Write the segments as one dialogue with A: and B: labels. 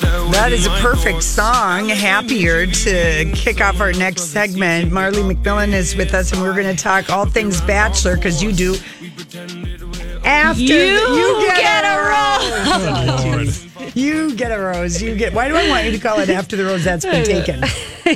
A: That is a perfect song. Happier to kick off our next segment. Marley McMillan is with us, and we're going to talk all things Bachelor because you do. After
B: You get a
A: rose. you get a rose. You get. Why do I want you to call it after the rose? That's been taken.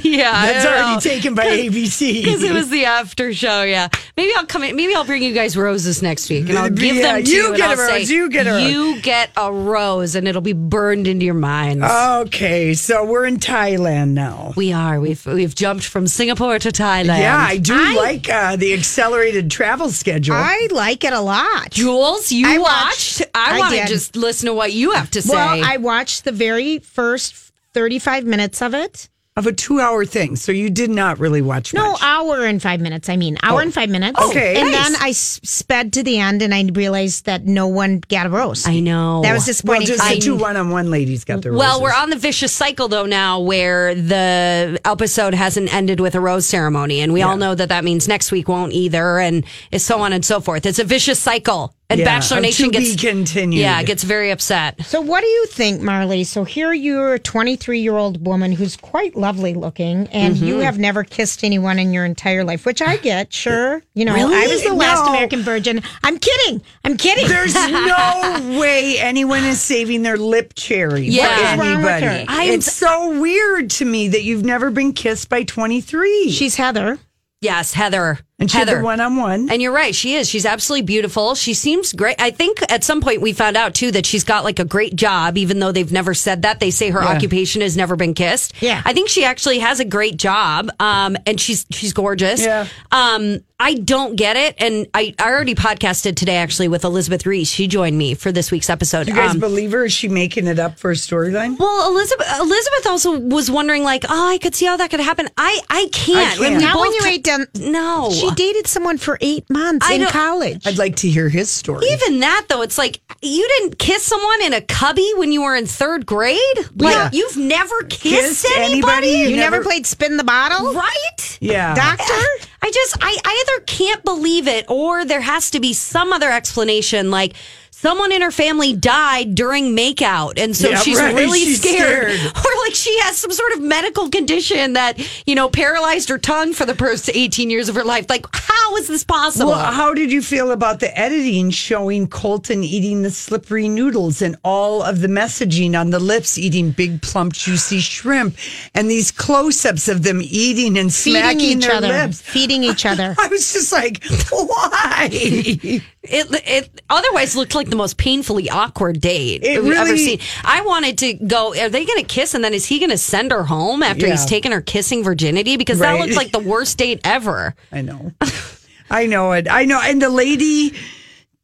B: yeah, I
A: That's
B: don't
A: already
B: know.
A: taken by E. ABC.
B: Because it was the after show, yeah. Maybe I'll come in. Maybe I'll bring you guys roses next week, and I'll give
A: Yeah,
B: them to
A: you
B: you. and
A: get a
B: I'll say,
A: rose, you get a rose.
B: You get a rose, and it'll be burned into your minds.
A: Uh, Okay, so we're in Thailand now.
B: we are. We've we've jumped from Singapore to Thailand.
A: Yeah, I do like uh, the accelerated travel schedule.
C: I like it a lot.
B: Jules, you
C: I
B: watched.
C: watched.
B: I,
C: I
B: want to
C: did.
B: just listen to what you have to say.
C: Well, I watched the very first 35 minutes of it.
A: of a two-hour thing, so you did not really watch
C: No,
A: much.
C: hour and five minutes. I mean, hour and five minutes.
A: Okay.
C: And
A: Nice.
C: then I s- sped to the end and I realized that no one got a rose.
B: I know.
C: That was
A: well,
C: disappointing.
A: just the
C: I-
A: two one-on-one ladies got their
B: Well,
A: roses.
B: we're on the vicious cycle though now, where the episode hasn't ended with a rose ceremony, and we all know that that means next week won't either, and is so on and so forth. It's a vicious cycle, and
A: Yeah,
B: Bachelor
A: of
B: Nation
A: to be
B: gets
A: continued.
B: Yeah, gets very upset.
C: so, what do you think, Marley? So, here you're a 23 year old woman who's quite lovely looking, and you
A: Mm-hmm.
C: have never kissed anyone in your entire life, which I get, sure. You know, I was the last
A: No.
C: American virgin. I'm kidding. I'm kidding.
A: There's no way anyone is saving their lip cherry for
B: Yeah. What
C: is wrong with
A: anybody.
C: her?
B: I'm-
A: it's so weird to me that you've never been kissed by 23.
C: She's Heather.
B: Yes, Heather.
A: and she had
B: Heather.
A: the one-on-one.
B: And you're right. She is. She's absolutely beautiful. She seems great. I think at some point we found out too that she's got like a great job, even though they've never said that. They say her occupation has never been kissed.
C: Yeah.
B: I think she actually has a great job. Um, and she's, she's gorgeous.
A: Yeah.
B: Um, I don't get it. And I, I already podcasted today actually with Elizabeth Reese. She joined me for this week's episode.
A: you guys
B: Um,
A: believe her? Is she making it up for a storyline?
B: well, Elizabeth, Elizabeth also was wondering, like, oh, I could see how that could happen. I, I can't.
A: can't.
B: we
C: Not when
B: both
C: you
B: ca-
C: ate down.
B: No,
C: She dated someone for eight months
B: I
C: in
B: don't-
C: college.
A: I'd like to hear his story.
B: Even that though, it's like you didn't kiss someone in a cubby when you were in third grade. Like
A: Yeah.
B: you've never kissed,
A: Kissed anybody?
B: anybody,
C: You never,
A: never-
C: played spin the bottle,
B: right?
A: yeah.
C: doctor?
B: I just I, I either can't believe it or there has to be some other explanation like someone in her family died during makeout and so
A: Yeah,
B: she's
A: right,
B: really
A: she's
B: scared.
A: scared.
B: or like she has some sort of medical condition that you know paralyzed her tongue for the first 18 years of her life like how is this possible
A: Well, how did you feel about the editing showing Colton eating the slippery noodles and all of the messaging on the lips eating big, plump, juicy shrimp and these close ups of them eating and
C: Feeding
A: smacking
C: each
A: their
C: other.
A: lips?
C: Feeding each other.
A: I was just like, why?
B: It, it otherwise looked like the most painfully awkward date
A: It
B: we've ever
A: really-
B: seen. I wanted to go. Are they going to kiss? And then is he going to send her home after he's
A: Yeah.
B: taken her kissing virginity? Because that
A: Right.
B: looked like the worst date ever.
A: I know. I know it. I know. And the lady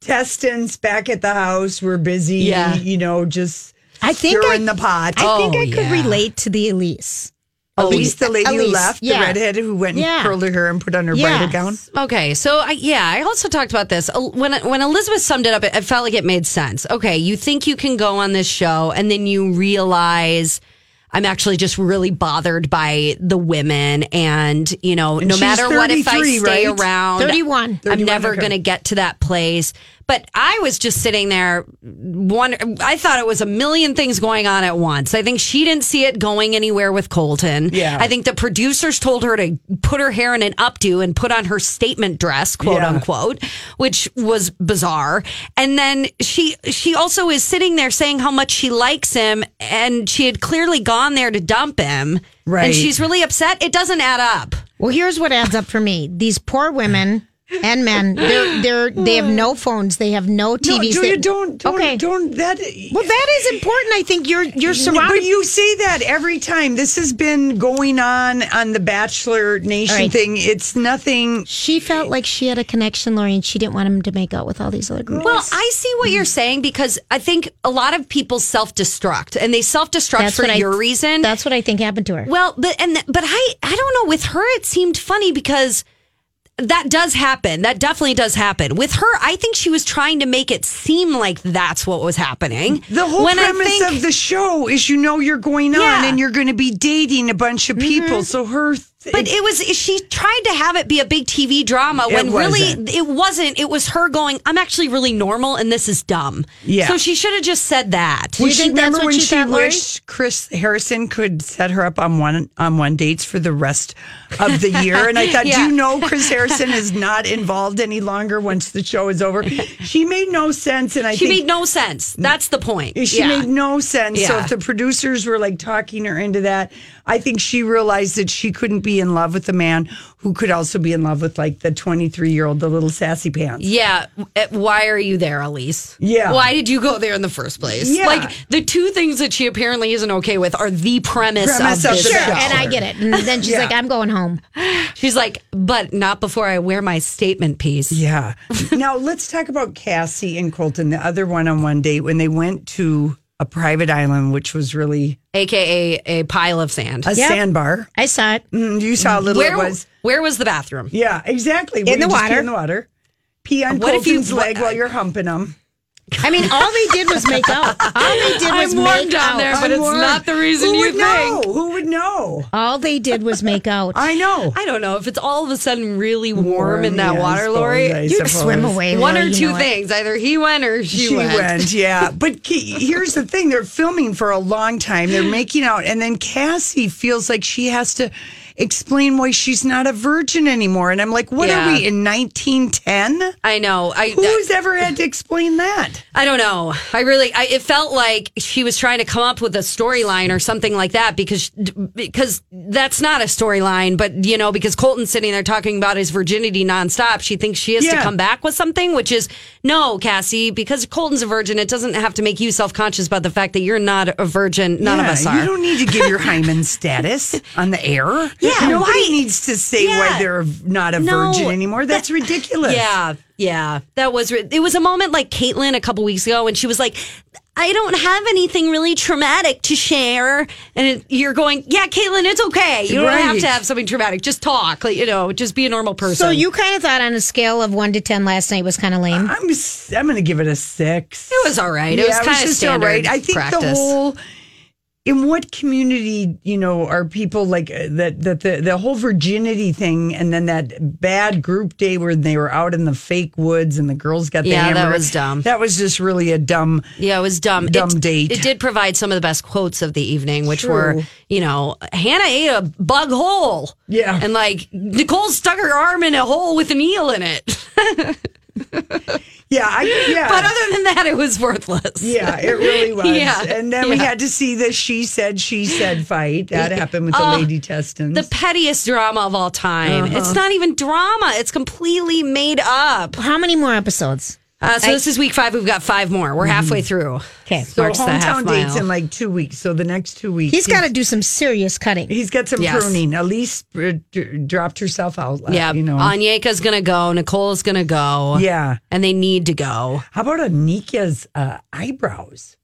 A: testants back at the house were busy,
B: Yeah.
A: you know, just
C: I think I,
A: stirring the pot.
C: I think
B: Oh,
C: I could
B: yeah.
C: relate to the Elise.
A: Elise, the lady who
C: Elise,
A: left,
C: yeah.
A: the redhead who went and
C: Yeah.
A: curled her hair and put on her
C: Yes.
A: bridal gown.
B: Okay, so I, yeah, I also talked about this El- when when Elizabeth summed it up. It, it felt like it made sense. Okay, you think you can go on this show, and then you realize. I'm actually just really bothered by the women, and you know, no
A: she's
B: matter what, if I
A: 33,
B: stay
A: right?
B: around,
C: 31.
B: I'm
A: 31,
B: never
A: okay.
B: going to get to that place. But I was just sitting there. One, I thought it was a million things going on at once. I think she didn't see it going anywhere with Colton.
A: Yeah.
B: I think the producers told her to put her hair in an updo and put on her statement dress, quote
A: Yeah.
B: unquote, which was bizarre. And then she she also is sitting there saying how much she likes him, and she had clearly gone there to dump him.
A: Right.
B: And she's really upset. It doesn't add up.
C: Well, here's what adds up for me. These poor women and men, they're, they're, they have no phones. They have no
A: No,
C: TVs.
A: Julia,
C: they-
A: don't, don't,
C: okay.
A: don't. That
C: Well, that is important. I think you're, you're
A: But
C: surrounded.
A: you say that every time. This has been going on on the Bachelor Nation
C: All right.
A: thing. It's nothing.
C: she felt like she had a connection, Lori, and she didn't want him to make out with all these other girls.
B: Well, I see what you're saying because I think a lot of people self destruct and they self destruct for your
C: I,
B: reason.
C: That's what I think happened to her.
B: Well, but and but I I don't know. With her, it seemed funny because that does happen. That definitely does happen. With her, I think she was trying to make it seem like that's what was happening.
A: The whole
B: When I
A: premise
B: think-
A: of the show is you know you're going on
B: Yeah.
C: Mm-hmm.
A: and you're going to be dating a bunch of people. So her
B: But it was she tried to have it be a big TV drama
A: It
B: when
A: wasn't.
B: really it wasn't. It was her going, "I'm actually really normal, and this is dumb."
A: Yeah.
B: So she should have just said that.
A: Well,
C: you
A: she
C: think that's
A: remember
C: what
A: when
C: she
A: she
C: thought, Lori?
A: wished Chris Harrison could set her up on one on one dates for the rest of the year? And I thought,
B: Yeah.
A: do you know Chris Harrison is not involved any longer once the show is over? She made no sense, and I
B: She
A: think Mm.
B: made no sense. That's the point.
A: she made no sense. So
B: Yeah.
A: if the producers were like talking her into that, I think she realized that she couldn't be in love with a man who could also be in love with like the twenty three year old, the little sassy pants.
B: Yeah. Uh, Why are you there, Elise?
A: Yeah.
B: Why did you go there in the first place?
A: Yeah.
B: Like the two things that she apparently isn't okay with are the premise,
A: Premise
B: of
A: of
B: this
A: the
C: Sure,
B: show.
A: show.
C: and I get it. And then she's
A: Yeah.
C: like, I'm going home.
B: She's like, but not before I wear my statement piece.
A: Yeah. now let's talk about Cassie and Colton, the other one on one date when they went to a private island, which was really
B: AKA a pile of sand.
A: a sandbar.
C: I saw it.
A: Mm, You saw how little
B: where
A: it was.
B: where was the bathroom?
A: Yeah, exactly. Where
C: the
A: you just pee
C: water.
A: In the water. Pee on
B: What if you-
A: Colton's leg
B: what-
A: while you're humping him.
C: I mean, all they did was make out. All they did was
B: I'm warm
C: make
B: down
C: out.
B: there, but it's
A: warm.
B: not the reason
A: Who
B: you
A: would
B: think.
A: Know? Who would know?
C: All they did was make out.
A: I know.
B: I don't know if it's all of a sudden really warm, in that
A: yeah, I
B: water,
A: suppose,
B: Lori.
A: I
B: you-
A: suppose.
C: swim away.
B: one
C: Lori,
B: or
C: you
B: two
C: know it.
B: things: either he went or she,
A: She went. yeah. But Ke- here's the thing: they're filming for a long time. They're making out, and then Cassie feels like she has to explain why she's not a virgin anymore. And I'm like, what
B: Yeah.
A: are we in 1910?
B: I know. I
A: Who's ever had to explain that?
B: I don't know. I really, I, it felt like she was trying to come up with a storyline or something like that because, because that's not a storyline, but you know, because Colton's sitting there talking about his virginity nonstop. She thinks she has to
A: Yeah.
B: come back with something, which is no, Cassie, because Colton's a virgin, it doesn't have to make you self conscious about the fact that you're not a virgin. None of
A: Yeah,
B: us are.
A: You don't need to give your hymen status on the air.
B: Yeah,
A: nobody
B: why-
A: needs to say
B: Yeah.
A: why they're not a
B: No,
A: virgin anymore. That's ridiculous.
B: Yeah, yeah. That was re- it was a moment like Caitlyn a couple weeks ago when she was like I don't have anything really traumatic to share and it, you're going, "Yeah, Caitlyn, it's okay. You don't have
A: Right.
B: to have something traumatic. Just talk, like, you know, just be a normal person."
C: So you kind of thought on a scale of one to ten last night was kind of lame.
A: I'm s- I'm going to give it a six.
B: It was all right. It was kinda standard
A: I think the
B: practice.
A: whole. In what community, you know, are people like uh, that? That the the whole virginity thing, and then that bad group day where they were out in the fake woods and the girls got the
B: Yeah, that
A: hammer.
B: was dumb.
A: That was just really a dumb.
B: Yeah, it was dumb.
A: Dumb
B: it,
A: date.
B: It did provide some of the best quotes of the evening, which
A: True.
B: were, you know, Hannah ate a bug hole.
A: Yeah.
B: And like Nicole stuck her arm in a hole with an eel in it.
A: Yeah, I, yeah.
B: But other than that, it was worthless.
A: Yeah, it really was.
B: Yeah,
A: And then we
B: yeah.
A: had to see the she said, she said fight. That happened with the lady testants.
B: Oh, the pettiest drama of all time.
A: Uh-huh.
B: It's not even drama. It's completely made up.
C: How many more episodes?
B: Uh, so this is week five. We've got five more. We're halfway through.
C: Okay.
A: so
B: Mark's the half
A: Mm-hmm. hometown dates
B: mile.
A: in like two weeks. So the next two weeks.
C: He's got to do some serious cutting.
A: He's got some
B: Yes.
A: pruning. Elise uh, d- dropped herself out. uh,
B: Yeah,
A: You know.
B: Anyeka's gonna go. Nicole's gonna go.
A: yeah.
B: and they need to go.
A: How about Anika's uh, eyebrows?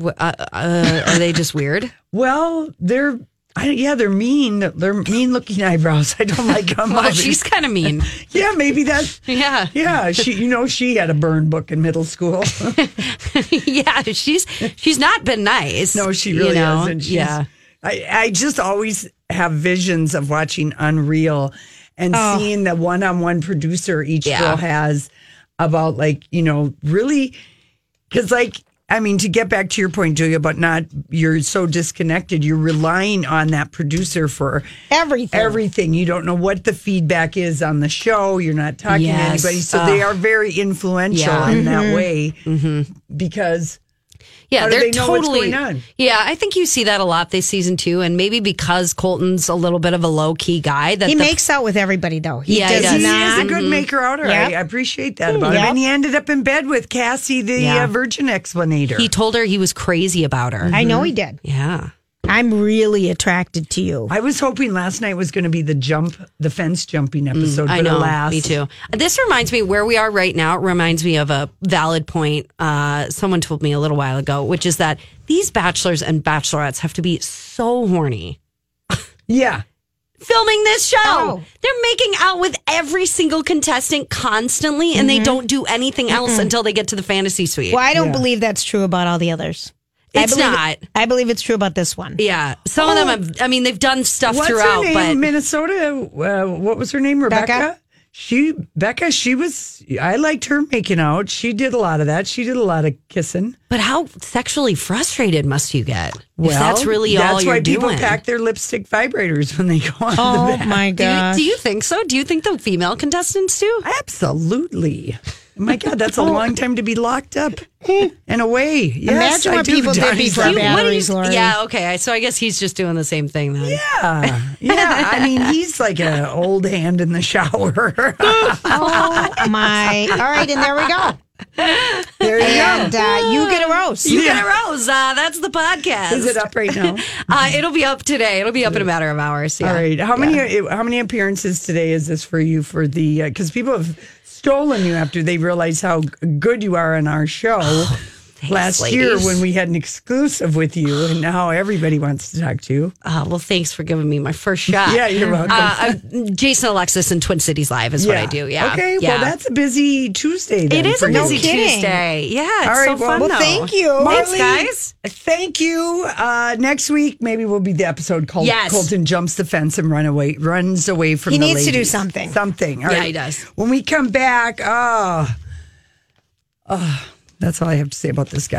B: Wh- Uh, uh, are they just weird?
A: Well, they're. I, yeah, they're mean. They're mean looking eyebrows. I don't like them.
B: Well, she's kind of mean.
A: yeah, maybe that's.
B: Yeah,
A: Yeah, she. You know, she had a burn book in middle school.
B: yeah. She's she's not been nice.
A: No, she really
B: you know?
A: isn't. She's,
B: yeah.
A: I, I just always have visions of watching Unreal and seeing the one on one producer each
B: Oh. Yeah.
A: girl has about, like, you know, really, because, like, I mean, to get back to your point, Julia, about not, you're so disconnected, you're relying on that producer for
C: Everything.
A: everything. You don't know what the feedback is on the show. You're not talking
B: Yes.
A: to anybody. So they are very influential
B: Yeah. Mm-hmm.
A: in that way because
B: Yeah,
A: How do
B: they're
A: they know what's
B: totally.
A: going on?
B: Yeah, I think you see that a lot this season too, and maybe because Colton's a little bit of a low key guy that
C: He
B: the
C: makes out with everybody though. He
B: Yeah, he
C: does,
B: does.
A: He is
C: not.
A: a good maker outer.
C: Yep.
A: I appreciate that about
C: yep.
A: him. And he ended up in bed with Cassie, the
B: Yeah.
A: uh, virgin explanator.
B: He told her he was crazy about her.
C: I know he
B: Mm-hmm.
C: did.
B: yeah.
C: I'm really attracted to you.
A: I was hoping last night was going to be the jump, the fence jumping episode,
B: Mm, I
A: but
B: know.
A: alas,
B: Me too. This reminds me where we are right now. It reminds me of a valid point uh, someone told me a little while ago, which is that these bachelors and bachelorettes have to be so horny
A: Yeah,
B: filming this show.
C: Oh.
B: They're making out with every single contestant constantly,
A: Mm-hmm.
B: and they don't do anything else until they get to the fantasy suite.
C: Well, I don't believe that's true about all the others.
B: It's
C: I believe,
B: not.
C: I believe it's true about this one.
B: Yeah, some of them. Have, I mean, they've done stuff
A: Oh. What's
B: throughout,
A: her name?
B: but
A: Minnesota. Uh, what was her name? Rebecca.
C: Becca?
A: She Becca. She was. I liked her making out. She did a lot of that. She did a lot of kissing.
B: but how sexually frustrated must you get? if
A: Well,
B: that's really
A: that's
B: all
A: why
B: you're
A: people
B: doing.
A: pack their lipstick vibrators when they go on. the
C: Oh
A: bath.
C: my
B: do, you,
C: gosh.
B: do you think so? Do you think the female contestants do?
A: Absolutely. My God, that's a long time to be locked up and away. Yes,
C: Imagine
A: I
C: what
A: do,
C: people did
A: Donnie.
C: before
B: You- what do
C: batteries,
B: you-
C: Lori.
B: yeah, okay. I- So I guess he's just doing the same thing then.
A: Yeah, yeah. I mean, he's like an old hand in the shower.
C: Oh my! All right, and there we go.
A: there you
C: And
A: go.
C: uh, you get a roast.
B: You
A: Yeah.
B: got a rose. Uh, that's the podcast.
A: Is it up right now?
B: Uh, it'll be up today. It'll be up in a matter of hours. Yeah.
A: All right. How many uh, how many appearances today is this for you for the because people have stolen you after they realize how good you are on our show. Last year,
B: ladies.
A: when we had an exclusive with you, and now everybody wants to talk to you.
B: Uh, well, thanks for giving me my first shot.
A: Yeah, you're welcome.
B: Uh, I'm Jason Alexis in Twin Cities Live is what I do. Yeah.
A: Okay.
B: Yeah.
A: Well, that's a busy Tuesday. Then
B: it is
A: for
B: a
A: you.
B: busy
C: No kidding.
B: Tuesday. Yeah. It's
A: All
B: so
A: right.
B: fun.
A: well,
B: though.
A: thank you.
B: Thanks,
A: Marley.
B: guys.
A: Thank you. Uh, next week, maybe will be the episode called
B: Yes.
A: Colton jumps the fence and run away, runs away from
C: He
A: the
C: needs to do
A: ladies.
C: something.
A: Something. All
B: Yeah,
A: right.
B: he does.
A: When we come back, oh, oh, that's ah, all I have to say about this guy.